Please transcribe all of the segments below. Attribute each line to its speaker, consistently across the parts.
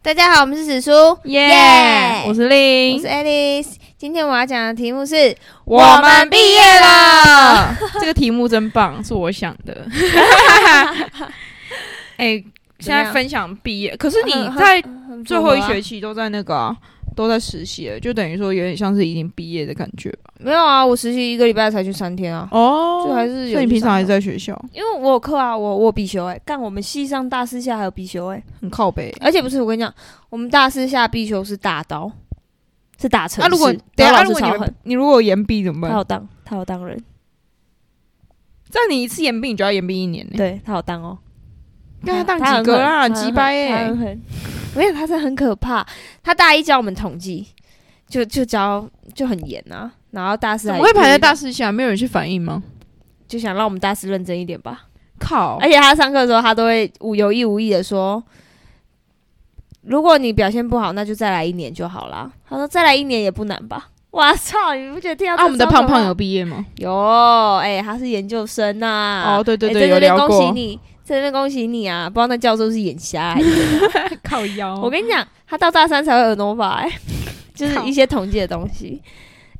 Speaker 1: 大家好，我们是史叔，
Speaker 2: 耶、
Speaker 1: 耶
Speaker 2: 我是
Speaker 1: 我
Speaker 2: 令
Speaker 1: 是，Alice。今天我要讲的题目是
Speaker 2: 我们
Speaker 1: 毕业了。
Speaker 2: 这个题目真棒，是我想 的。哎、现在分享毕业，可是你在最后一学期都在那个啊、都在实习了，就等于说有点像是已经毕业的感觉吧。
Speaker 1: 没有啊，我实习一个礼拜才去三天啊，
Speaker 2: 哦
Speaker 1: 就还是有
Speaker 2: 所以你平常还是在学校，
Speaker 1: 因为我有课啊，我我有必修哎、但我们系上大四下还有必修哎、
Speaker 2: 很靠北。
Speaker 1: 而且不是我跟你讲，我们大四下必修是打刀，是打城
Speaker 2: 啊，
Speaker 1: 市。
Speaker 2: 如果等一
Speaker 1: 然
Speaker 2: 下，
Speaker 1: 后
Speaker 2: 啊
Speaker 1: 老
Speaker 2: 如
Speaker 1: 师
Speaker 2: 果你
Speaker 1: 超
Speaker 2: 们
Speaker 1: 狠，
Speaker 2: 你如果有延毕怎么
Speaker 1: 他
Speaker 2: 办？
Speaker 1: 好当，他好当人，
Speaker 2: 在你一次延毕，你就要延毕一年呢、
Speaker 1: 对他好当哦。
Speaker 2: 那他当几个啊？几百哎！
Speaker 1: 哎，没有，他是很可怕。他大一教我们统计，就就教就很严啊，然后大四
Speaker 2: 怎
Speaker 1: 还
Speaker 2: 么会排在大四下？没有人去反应吗？
Speaker 1: 就想让我们大四认真一点吧。
Speaker 2: 靠！
Speaker 1: 而且他上课的时候，他都会无有意无意的说。如果你表现不好，那就再来一年就好啦。他说再来一年也不难吧？哇操！你不觉得听到
Speaker 2: 啊，
Speaker 1: 这
Speaker 2: 我们的
Speaker 1: 超可
Speaker 2: 胖胖
Speaker 1: 怕
Speaker 2: 有毕业吗？
Speaker 1: 有，哎、他是研究生呐、
Speaker 2: 哦对对
Speaker 1: 哎
Speaker 2: 对
Speaker 1: 在
Speaker 2: 有
Speaker 1: 这边
Speaker 2: 聊
Speaker 1: 恭喜
Speaker 2: 过
Speaker 1: 你，在这边恭喜你啊！不知道那教授是眼瞎、还是怎样
Speaker 2: 靠腰
Speaker 1: 我跟你讲，他到大三才会耳聋法、 哎，就是
Speaker 2: 靠
Speaker 1: 一些统计的东西。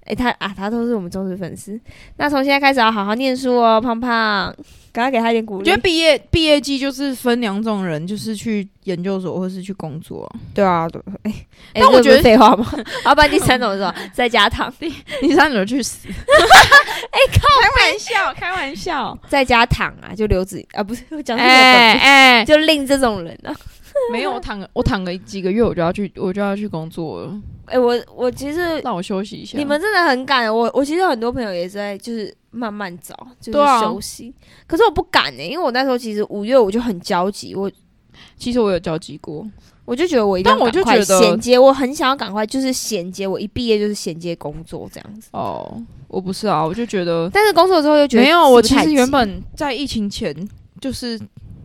Speaker 1: 哎、他啊，他都是我们忠实粉丝。那从现在开始要好好念书哦，胖胖，赶快给他一点鼓
Speaker 2: 我
Speaker 1: 励
Speaker 2: 觉得。毕业毕业季就是分两种人，就是去研究所或是去工作、
Speaker 1: 对啊，对。哎、
Speaker 2: 但我
Speaker 1: 这不是
Speaker 2: 觉得
Speaker 1: 废话吗？要不然第三种是 什么？在家躺，
Speaker 2: 你三种去死！哎、靠！开玩笑，
Speaker 1: 在家躺啊，就刘子啊，不是我讲
Speaker 2: 开玩笑！
Speaker 1: 这个，
Speaker 2: 哎、
Speaker 1: 就令这种人啊。
Speaker 2: 没有，我躺了，我躺了几个月，我就要去，我就要去工作了，
Speaker 1: 哎、我我其实
Speaker 2: 让我休息一下。
Speaker 1: 你们真的很敢，我我其实很多朋友也是在就是慢慢找，就是
Speaker 2: 对啊
Speaker 1: 休息。可是我不敢呢、欸因为我那时候其实五月我就很焦急，我
Speaker 2: 其实我有交集过，
Speaker 1: 我就觉得我一定要
Speaker 2: 但我就
Speaker 1: 赶快
Speaker 2: 觉得
Speaker 1: 衔接，我很想要赶快就是衔接，我一毕业就是衔接工作这样子。
Speaker 2: 哦，我不是啊，我就觉得
Speaker 1: 但是工作之后又觉得
Speaker 2: 没有，
Speaker 1: 是不
Speaker 2: 我
Speaker 1: 是
Speaker 2: 其
Speaker 1: 太
Speaker 2: 实
Speaker 1: 急
Speaker 2: 原本在疫情前就是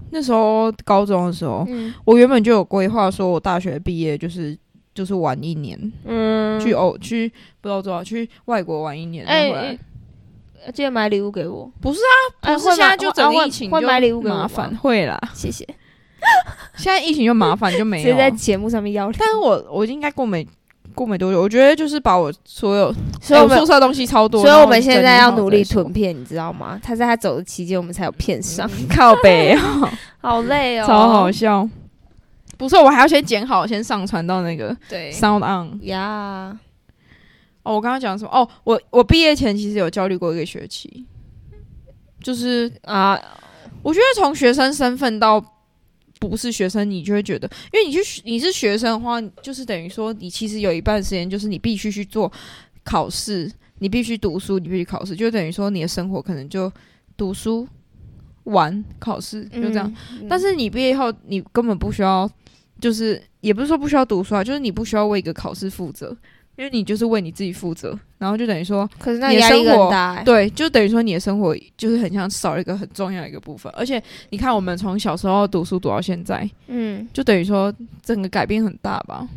Speaker 2: 那时候高中的时候，
Speaker 1: 嗯
Speaker 2: 我原本就有规划，说我大学毕业就是就是玩一年，
Speaker 1: 嗯
Speaker 2: 去欧去不知道多少去外国玩一年，然后回来。
Speaker 1: 哎记得买礼物给我，
Speaker 2: 不是
Speaker 1: 啊
Speaker 2: 不是现在就整个疫情
Speaker 1: 会
Speaker 2: 就
Speaker 1: 买礼物给我
Speaker 2: 麻
Speaker 1: 吗
Speaker 2: 烦，，会啦。
Speaker 1: 谢谢。
Speaker 2: 现在疫情就麻烦就 没
Speaker 1: 直
Speaker 2: 有
Speaker 1: 接在
Speaker 2: 啊，
Speaker 1: 节目上面要礼物，
Speaker 2: 但是我我应该过没过没多久，我觉得就是把我所有
Speaker 1: 所以我
Speaker 2: 哎我
Speaker 1: 们
Speaker 2: 宿舍东西超多，
Speaker 1: 所以我
Speaker 2: 然后
Speaker 1: 们现在
Speaker 2: 整理
Speaker 1: 要
Speaker 2: 好
Speaker 1: 努力
Speaker 2: 再说
Speaker 1: 囤片，你知道吗？他在他走的期间，我们才有片上，
Speaker 2: 靠 北啊，
Speaker 1: 好累哦，
Speaker 2: 超好笑。不是，我还要先剪好，先上传到那个
Speaker 1: 对
Speaker 2: Sound On。
Speaker 1: 呀，
Speaker 2: 哦，我刚刚讲什么？哦，我我毕业前其实有焦虑过一个学期，就是
Speaker 1: 啊，
Speaker 2: 我觉得从学生身份到不是学生，你就会觉得，因为你去你是学生的话，就是等于说你其实有一半时间就是你必须去做考试，你必须读书，你必须考试，就等于说你的生活可能就读书、玩、考试，就这样。
Speaker 1: 嗯。
Speaker 2: 但是你毕业后，你根本不需要，就是也不是说不需要读书啊，就是你不需要为一个考试负责，因为你就是为你自己负责，然后就等于说
Speaker 1: 可是那
Speaker 2: 你的
Speaker 1: 压力
Speaker 2: 生活
Speaker 1: 很大欸，
Speaker 2: 对，就等于说你的生活就是很像少了一个很重要的一个部分，而且你看我们从小时候读书读到现在，
Speaker 1: 嗯，
Speaker 2: 就等于说整个改变很大吧？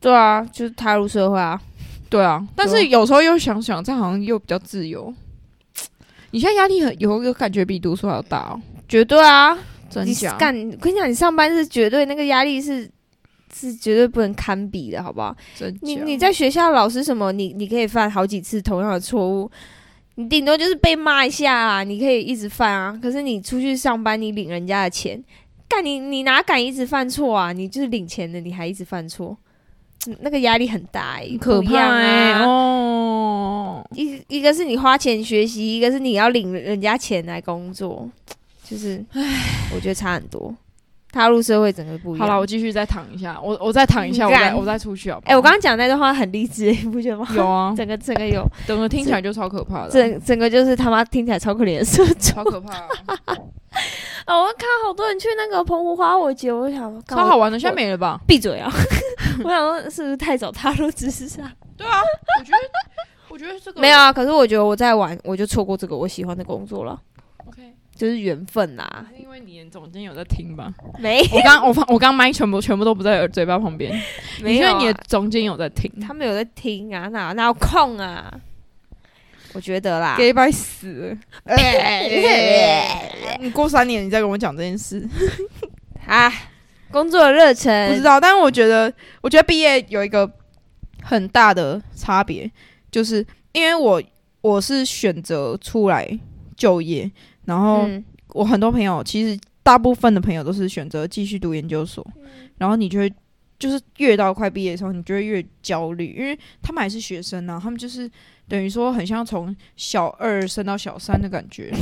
Speaker 1: 对啊，就是踏入社会啊，
Speaker 2: 对啊，但
Speaker 1: 对
Speaker 2: 是有时候又想想，这样好像又比较自由。你现在压力很有有感觉比读书还要大哦，
Speaker 1: 绝对啊，
Speaker 2: 真
Speaker 1: 你
Speaker 2: 假？
Speaker 1: 干，我跟你讲，你上班是绝对那个压力是是绝对不能堪比的，好不好？
Speaker 2: 真假？
Speaker 1: 你你在学校老师什么，你你可以犯好几次同样的错误，你顶多就是被骂一下啊，你可以一直犯啊。可是你出去上班，你领人家的钱，干你你哪敢一直犯错啊？你就是领钱的，你还一直犯错，嗯那个压力很大、欸，
Speaker 2: 很可
Speaker 1: 不一
Speaker 2: 怕
Speaker 1: 样
Speaker 2: 哎、
Speaker 1: 啊！
Speaker 2: 哦，
Speaker 1: 一一个是你花钱学习，一个是你要领人家钱来工作，就是，我觉得差很多。踏入社会整个不一
Speaker 2: 好
Speaker 1: 样。
Speaker 2: 了，我继续再躺一下，我我再躺一下，
Speaker 1: 你
Speaker 2: 我再
Speaker 1: 干
Speaker 2: 我再出去好不好
Speaker 1: 哎、我刚刚讲那段话很励志，你不觉得吗？
Speaker 2: 有 啊，
Speaker 1: 整个整个有，
Speaker 2: 整个听起来就超可怕的啊，
Speaker 1: 整整个就是他妈听起来超可怜的社畜。
Speaker 2: 超可怕 啊，
Speaker 1: 哦，我看好多人去那个澎湖花火节，我就想说
Speaker 2: 超好，玩的，现在没了吧？
Speaker 1: 闭嘴 啊！我想说是不是太早踏入知识上？
Speaker 2: 我觉得，我觉得这个
Speaker 1: 没有啊，可是我觉得我在玩，我就错过这个我喜欢的工作了，
Speaker 2: OK，
Speaker 1: 就是缘分啊啦。
Speaker 2: 是因为你总监有在听吧？
Speaker 1: 没
Speaker 2: 我刚我发我刚麦全部全部都不在嘴巴旁 边，
Speaker 1: 没
Speaker 2: 因
Speaker 1: 有、
Speaker 2: 为
Speaker 1: 啊，
Speaker 2: 你的总监有在听，
Speaker 1: 他们有在听啊，哪哪有空啊？我觉得啦， 哎
Speaker 2: 给白死了。哎你过三年你再跟我讲这件事，
Speaker 1: 啊，工作的热
Speaker 2: 不知
Speaker 1: 忱，
Speaker 2: 道，但是我觉得，我觉得毕业有一个很大的差别，就是因为我我是选择出来就业，然后
Speaker 1: 嗯，
Speaker 2: 我很多朋友其实大部分的朋友都是选择继续读研究所，
Speaker 1: 嗯
Speaker 2: 然后你就会就是越到快毕业的时候，你就会越焦虑，因为他们还是学生呢、啊他们就是等于说很像从小二升到小三的感 觉，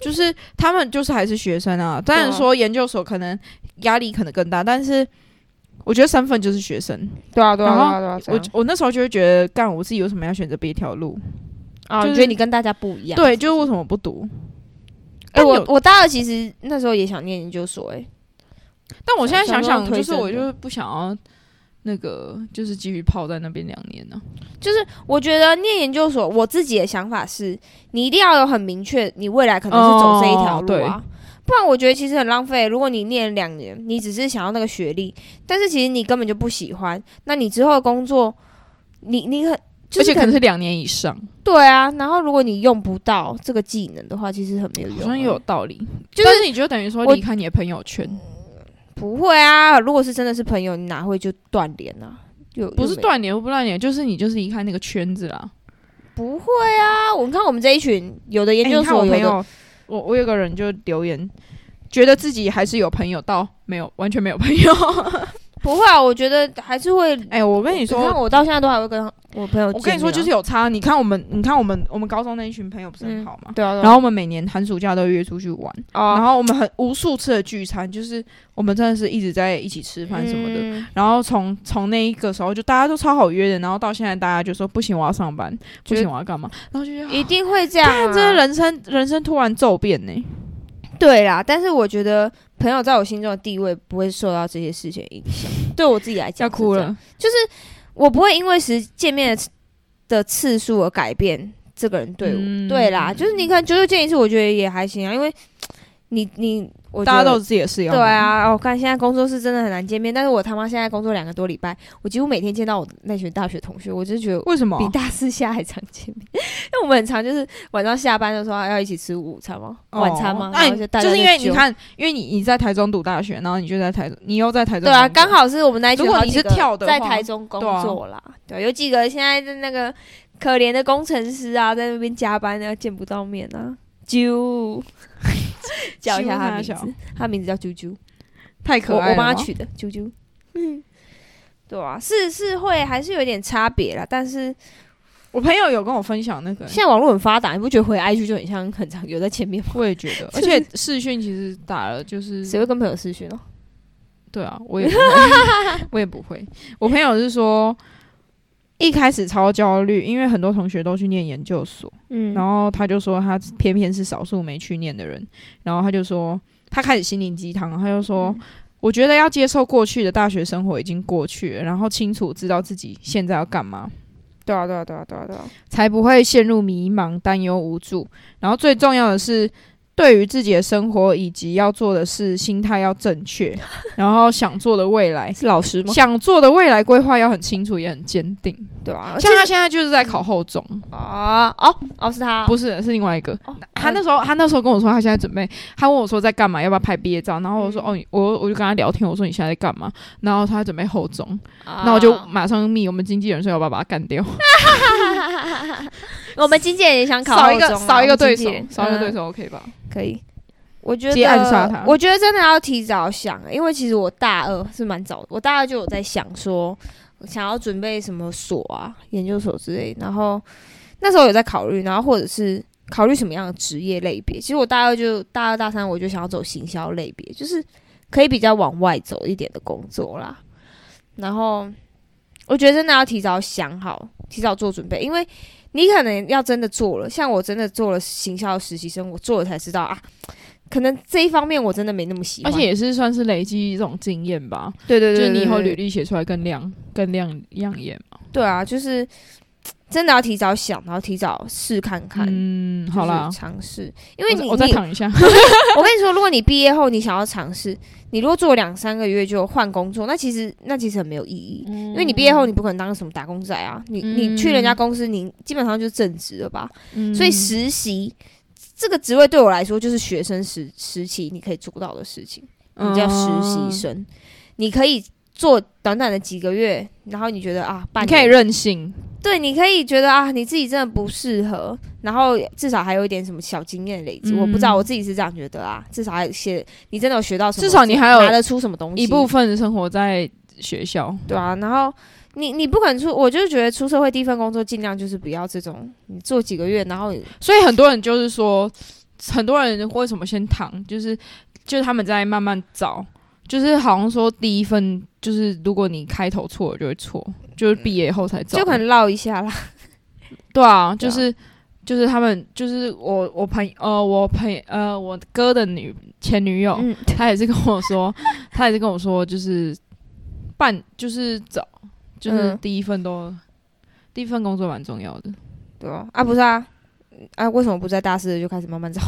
Speaker 2: 就是他们就是还是学生啊。当然说研究所可能压力可能更大，但是我觉得身份就是学生。
Speaker 1: 对啊，对啊，
Speaker 2: 然
Speaker 1: 对
Speaker 2: 后
Speaker 1: 啊，对啊，这
Speaker 2: 我
Speaker 1: 样
Speaker 2: 我那时候就会觉得，干我自己为什么要选择别条路？
Speaker 1: 啊，
Speaker 2: 就
Speaker 1: 你
Speaker 2: 是
Speaker 1: 觉得你跟大家不一样？
Speaker 2: 对，就是为什么不读？
Speaker 1: 哎、
Speaker 2: 但有
Speaker 1: 我我大二其实那时候也想念研究所、哎，
Speaker 2: 但我现在想
Speaker 1: 想
Speaker 2: 想，
Speaker 1: 说
Speaker 2: 就
Speaker 1: 推
Speaker 2: 是
Speaker 1: 甄
Speaker 2: 我
Speaker 1: 的
Speaker 2: 就是不想要那个，就是继续泡在那边两年呢、
Speaker 1: 就是我觉得念研究所，我自己的想法是，你一定要有很明确，你未来可能是走这一条路啊。不然我觉得其实很浪费。如果你念两年，你只是想要那个学历，但是其实你根本就不喜欢，那你之后的工作，你你很就
Speaker 2: 而
Speaker 1: 是
Speaker 2: 且可能是两年以上，
Speaker 1: 对啊。然后如果你用不到这个技能的话，其实很没有用、
Speaker 2: 好像也有，道理。
Speaker 1: 就是
Speaker 2: 但是你就等于说
Speaker 1: 我
Speaker 2: 离开你的朋友圈，
Speaker 1: 不会啊。如果是真的是朋友，你哪会就断联啊？有
Speaker 2: 不是
Speaker 1: 断。
Speaker 2: 断联或不断联，就是你就是离开那个圈子啦。
Speaker 1: 不会啊，我看我们这一群有的研
Speaker 2: 诶
Speaker 1: 究
Speaker 2: 哎你看
Speaker 1: 所
Speaker 2: 我
Speaker 1: 有
Speaker 2: 朋
Speaker 1: 的，
Speaker 2: 友，我我有个人就留言，觉得自己还是有朋友，到没有完全没有朋 友。
Speaker 1: 不会啊，我觉得还是会。
Speaker 2: 哎、我跟你
Speaker 1: 看
Speaker 2: 说，
Speaker 1: 我到现在都还会跟我朋友、啊
Speaker 2: 我跟你说就是，有差。你看我们，你看我们，我们高中那一群朋友不是很
Speaker 1: 嗯
Speaker 2: 好吗？
Speaker 1: 对啊，
Speaker 2: 然后我们每年寒暑假都约出去玩，然
Speaker 1: 哦，
Speaker 2: 后我们很无数次的聚餐，就是我们真的是一直在一起吃饭什么的。
Speaker 1: 嗯
Speaker 2: 然后从从那一个时候就大家都超好约的，然后到现在大家就说不行，我要上班，不
Speaker 1: 觉得
Speaker 2: 行，我要干嘛？然后就觉得
Speaker 1: 一定会这样、啊。
Speaker 2: 真的人生人生突然骤变呢、
Speaker 1: 对啦，但是我觉得朋友在我心中的地位不会受到这些事情影响。对我自己来讲，
Speaker 2: 要哭，了。
Speaker 1: 就是我不会因为时见面的次的次数而改变这个人对我。
Speaker 2: 嗯
Speaker 1: 对啦，就是你可能久久见一次，我觉得也还行啊，因为你你我觉
Speaker 2: 大
Speaker 1: 得
Speaker 2: 家都有自己的事要
Speaker 1: 对
Speaker 2: 忙，
Speaker 1: 啊，我看现在工作室真的很难见面，但是我他妈现在工作两个多礼拜，我几乎每天见到我那群大学同学，我就觉得
Speaker 2: 为什么
Speaker 1: 比？大四下还常见面， 因为我们很常就是晚上下班的时候要一起吃午餐嘛，
Speaker 2: 哦
Speaker 1: 晚餐嘛，
Speaker 2: 那
Speaker 1: 然
Speaker 2: 你
Speaker 1: 后就大家
Speaker 2: 就是因为
Speaker 1: 揪
Speaker 2: 你，看，因为你你在台中读大学，然后你就在台中，你又在台中
Speaker 1: 对
Speaker 2: 工作，
Speaker 1: 啊，刚好是我们那一群
Speaker 2: 如果
Speaker 1: 好
Speaker 2: 你
Speaker 1: 几
Speaker 2: 是
Speaker 1: 个
Speaker 2: 跳的
Speaker 1: 在
Speaker 2: 话
Speaker 1: 台中工
Speaker 2: 对啊
Speaker 1: 作啦，对，有几个现在的那个可怜的工程师啊，在那边加班啊，见不到面啊， 啾，叫一下他的名
Speaker 2: 啾他
Speaker 1: 字，他名字叫啾啾。
Speaker 2: 太可
Speaker 1: 我
Speaker 2: 爱了哦
Speaker 1: 我帮他
Speaker 2: 吧
Speaker 1: 取的啾啾。嗯，对啊，是是会还是有点差别啦，但是
Speaker 2: 我朋友有跟我分享那个，
Speaker 1: 现在网络很发达，你不觉得回 IG 就很像很常有在前面吗？
Speaker 2: 我也觉得，而且视讯其实打了就是
Speaker 1: 谁会跟朋友私讯哦？
Speaker 2: 对啊，我也不会我也不会。我朋友是说，一开始超焦虑，因为很多同学都去念研究所，
Speaker 1: 嗯
Speaker 2: 然后他就说他偏偏是少数没去念的人，然后他就说他开始心灵鸡汤，他就说。我觉得要接受过去的大学生活已经过去了，然后清楚知道自己现在要干嘛，
Speaker 1: 对啊对啊对啊对啊对啊，
Speaker 2: 才不会陷入迷茫、担忧、无助。然后最重要的是，对于自己的生活以及要做的事，心态要正确，然后想做的未来
Speaker 1: 是老师吗？
Speaker 2: 想做的未来规划要很清楚，也很坚定。
Speaker 1: 对啊，
Speaker 2: 像他现在就是在考后中，
Speaker 1: 啊哦哦是他哦，
Speaker 2: 不是是另外一个。
Speaker 1: 哦
Speaker 2: 他那时候他那时候跟我说他现在准备，他问我说在干嘛，要不要拍毕业照？然后我
Speaker 1: 嗯
Speaker 2: 说、哦，你我我就跟他聊天，我说你现在在干嘛？然后他准备后中，
Speaker 1: 啊
Speaker 2: 那我就马上密我们经纪人说要不要把他干掉，
Speaker 1: 我们经纪人也想考
Speaker 2: 少一个
Speaker 1: 后中啊
Speaker 2: 少一个对手
Speaker 1: 我们经纪人，
Speaker 2: 少一个对
Speaker 1: 嗯
Speaker 2: 手 OK 吧？
Speaker 1: 可以。我觉
Speaker 2: 直接
Speaker 1: 得
Speaker 2: 暗杀他
Speaker 1: 我觉得真的要提早想，因为其实我大二是蛮早的，我大二就有在想说想要准备什么所啊、研究所之类，然后那时候有在考虑，然后或者是考虑什么样的职业类别。其实我大二就大二大三我就想要走行销类别，就是可以比较往外走一点的工作啦。然后我觉得真的要提早想好，提早做准备，因为你可能要真的做了，像我真的做了行销实习生，我做了才知道啊，可能这一方面我真的没那么喜
Speaker 2: 而
Speaker 1: 欢。
Speaker 2: 且，也是算是累积一种经验吧，
Speaker 1: 对对
Speaker 2: 就
Speaker 1: 对
Speaker 2: 是你以后
Speaker 1: 对
Speaker 2: 履历写出来更亮、更亮亮眼嘛。
Speaker 1: 对啊，就是真的要提早想，然后提早试看看。
Speaker 2: 嗯，
Speaker 1: 就是
Speaker 2: 好啦，
Speaker 1: 尝试，因为
Speaker 2: 我再
Speaker 1: 你
Speaker 2: 我再
Speaker 1: 你
Speaker 2: 躺一下。
Speaker 1: 我跟你说，如果你毕业后你想要尝试，你如果做两三个月就换工作，那其实那其实很没有意义， 因为你毕业后你不可能当什么打工仔啊，你你去人家公司，你基本上就正职了吧。
Speaker 2: 嗯
Speaker 1: 所以实习这个职位
Speaker 2: 哦嗯
Speaker 1: 对我来说就是学生时时期你可以做到的事情，你叫实习生。你可以做短短的几个月，然后你觉得啊，半
Speaker 2: 你可以
Speaker 1: 年
Speaker 2: 任性，
Speaker 1: 对，你可以觉得啊，你自己真的不适合，然后至少还有一点什么小经验累积。我不知道，
Speaker 2: 嗯
Speaker 1: 我自己是这样觉得啊，至少还有一些你真的有学到什么，
Speaker 2: 至少你还有
Speaker 1: 拿得出什么东西，
Speaker 2: 一部分生活在学校，
Speaker 1: 对啊。然后你你不肯出，我就觉得出社会第一份工作尽量就是不要这种，你做几个月，然后
Speaker 2: 所以很多人就是说，很多人为什么先躺，就是就是他们在慢慢找，就是好像说第一份就是如果你开头错了就会错，就是毕业后才找，
Speaker 1: 就可能唠一下啦。
Speaker 2: 对啊，就
Speaker 1: 啊
Speaker 2: 是。就是他们，就是我，我朋呃，我朋呃，我哥的女前女友，
Speaker 1: 嗯，
Speaker 2: 他也是跟我说，他也是跟我说，就是办，就是找，就是
Speaker 1: 嗯
Speaker 2: 第一份都，第一份工作蛮重要的。
Speaker 1: 对啊，啊不是啊，啊为什么不在大四就开始慢慢找，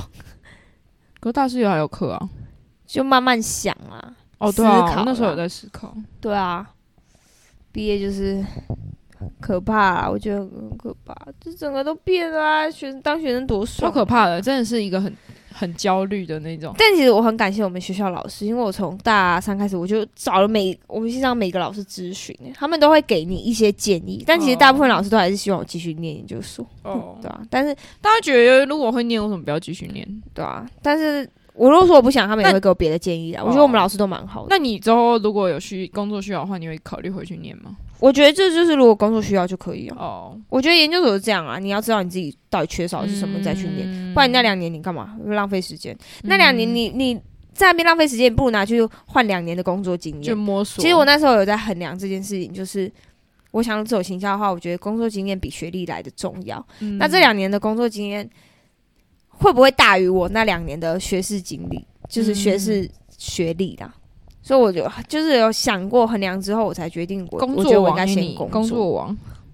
Speaker 2: 可是大四有还有课啊？
Speaker 1: 就慢慢想啊？
Speaker 2: 哦，对啊
Speaker 1: 思，考
Speaker 2: 我那时候
Speaker 1: 啦
Speaker 2: 有在思考。
Speaker 1: 对啊，毕业就是可怕啊，我觉得很可怕，这整个都变了啊！学当学生多
Speaker 2: 超
Speaker 1: 爽，
Speaker 2: 可怕的，真的是一个很很焦虑的那种。
Speaker 1: 但其实我很感谢我们学校老师，因为我从大三开始我就找了每我们系上每个老师咨询，他们都会给你一些建议，但其实大部分老师都还是希望我继续念研究所，
Speaker 2: 哦
Speaker 1: 对，啊，但是
Speaker 2: 大家觉得如果会念，为什么不要继续念？
Speaker 1: 对啊，但是我如果说我不想，他们也
Speaker 2: 那
Speaker 1: 会给我别的建议啊。我觉
Speaker 2: 哦
Speaker 1: 得我们老师都蛮好的。
Speaker 2: 那你之后如果有需工作需要的话，你会考虑回去念吗？
Speaker 1: 我觉得这就是如果工作需要就可以啊。
Speaker 2: 哦，
Speaker 1: 我觉得研究所是这样啊，你要知道你自己到底缺少的是什么，你再去念。
Speaker 2: 念
Speaker 1: 不然你那两年你干嘛？浪费时间。那两年你你在那边浪费时间，你不如拿去换两年的工作经
Speaker 2: 就
Speaker 1: 验。
Speaker 2: 摸索。
Speaker 1: 其实我那时候有在衡量这件事情，就是我想走行销的话，我觉得工作经验比学历来的重要。
Speaker 2: 嗯
Speaker 1: 那这两年的工作经验会不会大于我那两年的学士经历，就是学
Speaker 2: 嗯
Speaker 1: 士学历啦？所以我就就是有想过衡量之后，我才决定我
Speaker 2: 工
Speaker 1: 我觉得
Speaker 2: 作
Speaker 1: 我应该
Speaker 2: 王给
Speaker 1: 先
Speaker 2: 你
Speaker 1: 工
Speaker 2: 工作王，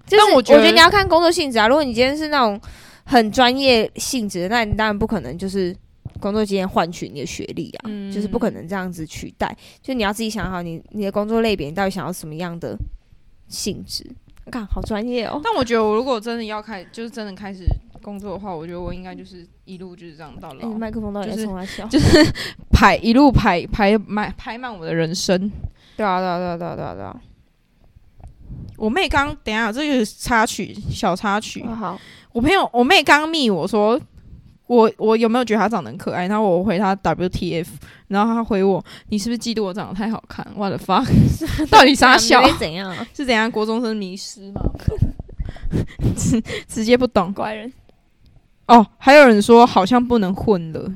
Speaker 1: 就是
Speaker 2: 但我
Speaker 1: 我
Speaker 2: 觉得
Speaker 1: 你要看工作性质啊。如果你今天是那种很专业性质的，那你当然不可能就是工作经验换取你的学历啊，
Speaker 2: 嗯
Speaker 1: 就是不可能这样子取代。就你要自己想好你你的工作类别，你到底想要什么样的性质？看，好专业哦。
Speaker 2: 但我觉得我如果真的要开，就是真的开始工作的话，我觉得我应该就是一路就是这样到
Speaker 1: 哎、
Speaker 2: 老
Speaker 1: 你，麦克风到底
Speaker 2: 哦就
Speaker 1: 在
Speaker 2: 是
Speaker 1: 冲哪笑？
Speaker 2: 排一路排排满排满我的人生。
Speaker 1: 对啊，对啊，对啊，对啊，对啊，对啊。
Speaker 2: 我妹刚等一下这个插曲小插曲，
Speaker 1: 啊好，
Speaker 2: 我朋友我妹刚密我说我我有没有觉得她长得很可爱，然后我回她 WTF，然后她回我你是不是嫉妒我长得太好看？What the fuck？到 底啥笑
Speaker 1: 你会怎样啊？
Speaker 2: 是怎样？国中生迷失吗？ 不懂直直接不懂
Speaker 1: 怪人。
Speaker 2: 哦。还有人说好像不能混了，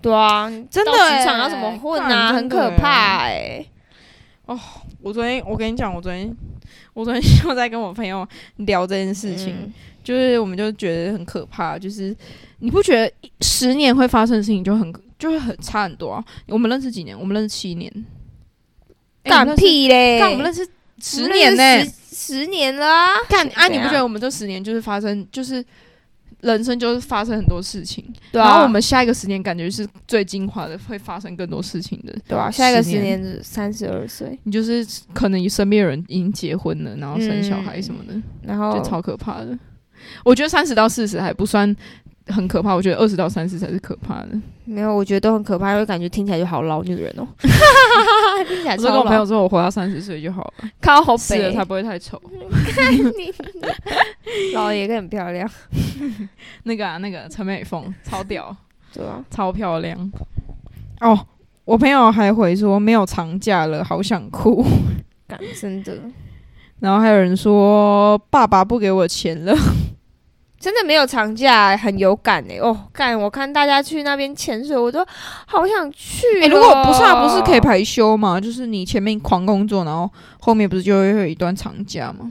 Speaker 1: 对啊，
Speaker 2: 真的
Speaker 1: 到
Speaker 2: 欸
Speaker 1: 职场要怎么混啊？
Speaker 2: 干
Speaker 1: 很
Speaker 2: 真
Speaker 1: 可
Speaker 2: 的欸
Speaker 1: 怕哎、
Speaker 2: 我昨天我跟你讲，我昨天我昨天 就在跟我朋友聊这件事情，
Speaker 1: 嗯
Speaker 2: 就是我们就觉得很可怕，就是你不觉得一十年会发生的事情就很就会很差很多啊？我们认识几年？我们认识七年，欸
Speaker 1: 干、屁嘞！
Speaker 2: 我们认识干
Speaker 1: 我
Speaker 2: 我
Speaker 1: 们
Speaker 2: 们认识十年呢、
Speaker 1: 认识十十年了啊！
Speaker 2: 干啊！你不觉
Speaker 1: 怎
Speaker 2: 得
Speaker 1: 样
Speaker 2: 我们这十年就是发生就是人生就是发生很多事情，
Speaker 1: 对
Speaker 2: 然
Speaker 1: 啊，
Speaker 2: 后我们下一个十年感觉是最精华的，会发生更多事情的。
Speaker 1: 对啊，下一个
Speaker 2: 十
Speaker 1: 十
Speaker 2: 年
Speaker 1: 年是三十二岁，
Speaker 2: 你就是可能你身边有人已经结婚了，然后生小孩什么的。
Speaker 1: 然后
Speaker 2: 就超可怕的。我觉得三十到四十还不算很可怕，我觉得二十到三十才是可怕的。
Speaker 1: 没有，我觉得都很可怕，因为感觉听起来就好老女人 哦，听起来
Speaker 2: 我就
Speaker 1: 超
Speaker 2: 跟
Speaker 1: 老。
Speaker 2: 我朋友说，我活到三十岁就好了，
Speaker 1: 靠好
Speaker 2: 死了
Speaker 1: 北
Speaker 2: 才，不会太丑。
Speaker 1: 老爷很漂亮，
Speaker 2: 那个啊，那个陈美凤超屌，
Speaker 1: 对啊，
Speaker 2: 超漂亮。哦，我朋友还回说没有长假了，好想哭。
Speaker 1: 干真的
Speaker 2: 然后还有人说爸爸不给我钱了，
Speaker 1: 真的没有长假，很有感哎、哦，干我看大家去那边潜水，我都好想去哦、
Speaker 2: 哎、如果不是啊，不是可以排休吗？就是你前面狂工作，然后后面不是就会有一段长假吗？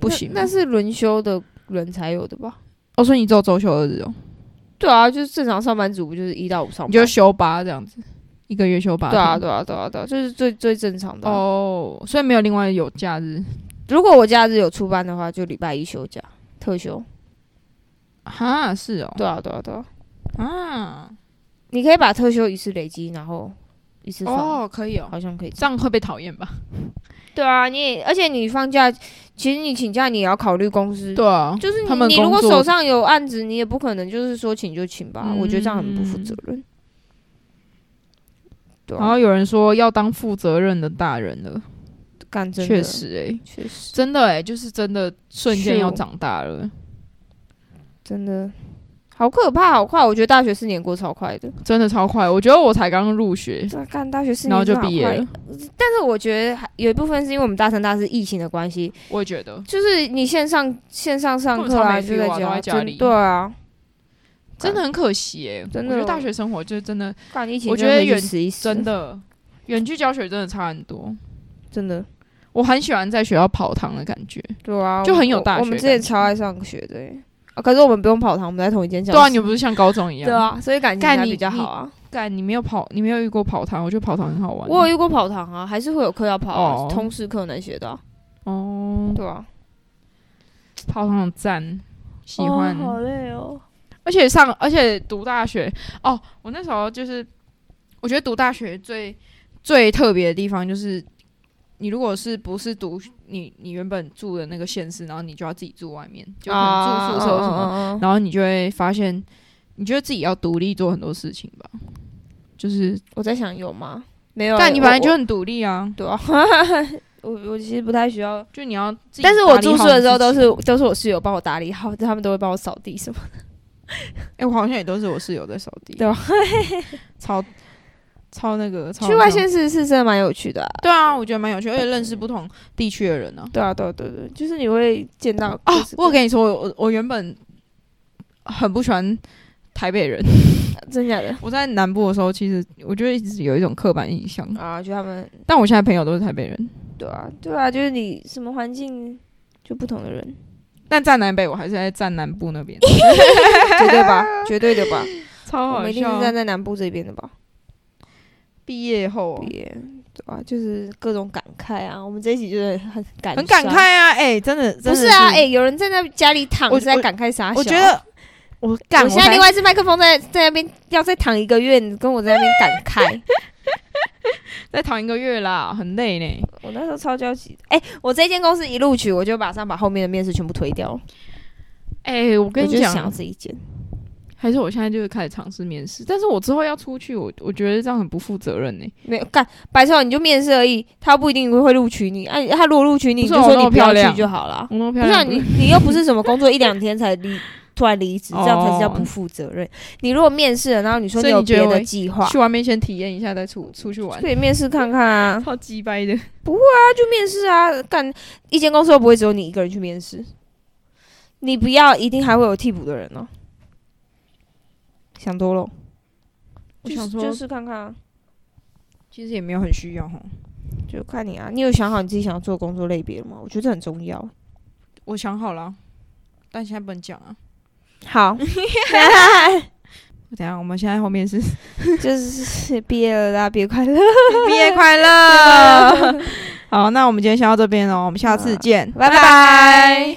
Speaker 2: 不行吗啊
Speaker 1: 那，那是轮休的人才有的吧？
Speaker 2: 哦，所以你只有周休二日哦。
Speaker 1: 对啊，就是正常上班族不就是一到五上班？
Speaker 2: 你就休八这样子，一个月休八。
Speaker 1: 对啊，。对啊，对啊，对啊，这是最最正常的啊、
Speaker 2: 哦，所以没有另外有假日
Speaker 1: 如果我假日有出班的话，就礼拜一休假，特休。
Speaker 2: 哈？是哦。
Speaker 1: 对啊，对啊，对啊，
Speaker 2: 啊，
Speaker 1: 你可以把特休一次累积，然后一次放，
Speaker 2: 哦，可以哦，
Speaker 1: 好像可以。
Speaker 2: 这样会被讨厌吧？
Speaker 1: 对啊，你也而且你放假，其实你请假你也要考虑公司。
Speaker 2: 对啊，
Speaker 1: 就是
Speaker 2: 他们
Speaker 1: 你，你如果
Speaker 2: 工作
Speaker 1: 手上有案子，你也嗯不可能就是说请就请吧。我觉得这样很不负责任。对
Speaker 2: 然
Speaker 1: 啊，
Speaker 2: 后有人说要当负责任的大人了，
Speaker 1: 干真的
Speaker 2: 确，实诶、
Speaker 1: 确实
Speaker 2: 真的诶、欸就是真的瞬间
Speaker 1: 是
Speaker 2: 要
Speaker 1: 哦
Speaker 2: 长大了，
Speaker 1: 真的好可怕，好快！我觉得大学四年过超快的，
Speaker 2: 真的超快。我觉得我才刚入学，
Speaker 1: 这干大学四年
Speaker 2: 然后就
Speaker 1: 真的好
Speaker 2: 毕业
Speaker 1: 快
Speaker 2: 了。
Speaker 1: 但是我觉得还有一部分是因为我们大三、大四疫情的关系，
Speaker 2: 我也觉得
Speaker 1: 就是你线上线上上课
Speaker 2: 根
Speaker 1: 啊，
Speaker 2: 本超
Speaker 1: 就
Speaker 2: 没 feel 啊都在
Speaker 1: 家，
Speaker 2: 家里
Speaker 1: 真对啊，
Speaker 2: 真的很可惜诶、
Speaker 1: 真的哦
Speaker 2: 我觉得大学生活就是真的
Speaker 1: 干疫情
Speaker 2: 我觉
Speaker 1: 真的可
Speaker 2: 得
Speaker 1: 以
Speaker 2: 远
Speaker 1: 死一死，
Speaker 2: 真的远距教学真的差很多。
Speaker 1: 真的
Speaker 2: 我很喜欢在学校跑堂的感觉。
Speaker 1: 对啊，
Speaker 2: 就很有
Speaker 1: 我
Speaker 2: 大学
Speaker 1: 我们之
Speaker 2: 感
Speaker 1: 前
Speaker 2: 觉
Speaker 1: 超爱上学的耶、啊，可是我们不用跑堂，我们在同一间教室。
Speaker 2: 对啊，你不是像高中一样？
Speaker 1: 对，啊，所以感情
Speaker 2: 干
Speaker 1: 才
Speaker 2: 你
Speaker 1: 比较
Speaker 2: 你
Speaker 1: 好啊。
Speaker 2: 干你没有跑，你没有遇过跑堂，我觉得跑堂很好玩。
Speaker 1: 我有遇过跑堂啊，还是会有课要跑、啊，
Speaker 2: 哦
Speaker 1: 通识课能学的、啊，
Speaker 2: 哦，
Speaker 1: 对啊，
Speaker 2: 跑堂很赞，喜欢。
Speaker 1: 累哦。
Speaker 2: 而且上，而且读大学哦，我那时候就是，我觉得读大学最最特别的地方就是，你如果是不是读你你原本住的那个县市，然后你就要自己住外面，就可能住宿舍或什么，
Speaker 1: 么，
Speaker 2: 然后你就会发现，你觉得自己要独立做很多事情吧，就是，
Speaker 1: 我在想有吗？没有啊，
Speaker 2: 但你
Speaker 1: 我
Speaker 2: 本来就
Speaker 1: 我
Speaker 2: 很独立啊，
Speaker 1: 对啊，我我其实不太需要。
Speaker 2: 就你要自己打
Speaker 1: 但
Speaker 2: 理
Speaker 1: 是
Speaker 2: 好
Speaker 1: 我
Speaker 2: 你自己，
Speaker 1: 住宿的时候都是都是我室友帮我打理好，他们都会帮我扫地什么。
Speaker 2: 哎、我好像也都是我室友在扫地，
Speaker 1: 对吧？
Speaker 2: 超超那个，超
Speaker 1: 去外
Speaker 2: 那种
Speaker 1: 县市是真的蛮有趣的啊、
Speaker 2: 对啊，我觉得蛮有趣，而且认识不同地区的人呢、
Speaker 1: 对啊，对啊对对，就是你会见到各
Speaker 2: 啊。哦
Speaker 1: 式，各
Speaker 2: 我跟你说，我我原本很不喜欢台北人。
Speaker 1: 真假 的
Speaker 2: 我在南部的时候，其实我就一直有一种刻板印象，
Speaker 1: 啊，就他们
Speaker 2: 但我现在朋友都是台北人。
Speaker 1: 对啊对啊，就是你什么环境就不同的人，
Speaker 2: 但站南北，我还是在站南部那 边，
Speaker 1: 绝对吧，绝对的吧，
Speaker 2: 超
Speaker 1: 我
Speaker 2: 好
Speaker 1: 们一定
Speaker 2: 笑啊
Speaker 1: 是。站在南部这边的吧。
Speaker 2: 毕业后啊
Speaker 1: 也对吧、就是各种感慨啊，我们这一集就是很感
Speaker 2: 很感
Speaker 1: 伤
Speaker 2: 慨。啊，哎、真的，真的
Speaker 1: 不是啊，哎、，有人在那家里躺
Speaker 2: 我
Speaker 1: 是在
Speaker 2: 我
Speaker 1: 感慨啥？啊
Speaker 2: 我觉，得我感
Speaker 1: 我现在另外一只麦克风在在那边要再躺一个月，你跟我在那边感慨。
Speaker 2: 再躺一个月啦，很累呢。
Speaker 1: 我那时候超焦急的，哎、我这间公司一录取，我就马上把后面的面试全部推掉了。
Speaker 2: 哎、我跟
Speaker 1: 我
Speaker 2: 你
Speaker 1: 就想要
Speaker 2: 讲，
Speaker 1: 这一间，
Speaker 2: 还是我现在就是开始尝试面试，但是我之后要出去，我我觉得这样很不负责任呢、
Speaker 1: 没有干白少，你就面试而已，他不一定会录取你。哎、他如果录取你，你
Speaker 2: 不是
Speaker 1: 就
Speaker 2: 我
Speaker 1: 说
Speaker 2: 那
Speaker 1: 你
Speaker 2: 么
Speaker 1: 不要
Speaker 2: 漂亮
Speaker 1: 去就好了。
Speaker 2: 我那么漂
Speaker 1: 不是、啊、
Speaker 2: 亮，
Speaker 1: 你，你又不是什么工作一两天才离，突然离职，这样才叫不负责任。你如果面试了，然后你说
Speaker 2: 哦所
Speaker 1: 你
Speaker 2: 以
Speaker 1: 有
Speaker 2: 你觉得
Speaker 1: 别
Speaker 2: 我
Speaker 1: 的计划，
Speaker 2: 去外面先体验一下，再出出去玩
Speaker 1: 可，以面试看看啊，
Speaker 2: 超鸡掰的。
Speaker 1: 就面试啊，干一间公司又不会只有你一个人去面试，你不要一定还会有替补的人哦。想多了，
Speaker 2: 我想
Speaker 1: 就
Speaker 2: 说，
Speaker 1: 试看看啊，
Speaker 2: 其实也没有很需要哈。
Speaker 1: 就看你啊。你有想好你自己想要做的工作类别了吗？我觉得这很重要。
Speaker 2: 我想好了，但现在不能讲啊。
Speaker 1: 好，
Speaker 2: 等一下，我们现在后面是
Speaker 1: 就是毕业了，大家毕业快乐，
Speaker 2: 毕业快 哦乐。好，那我们今天先到这边喽，我们下次见，
Speaker 1: 拜拜。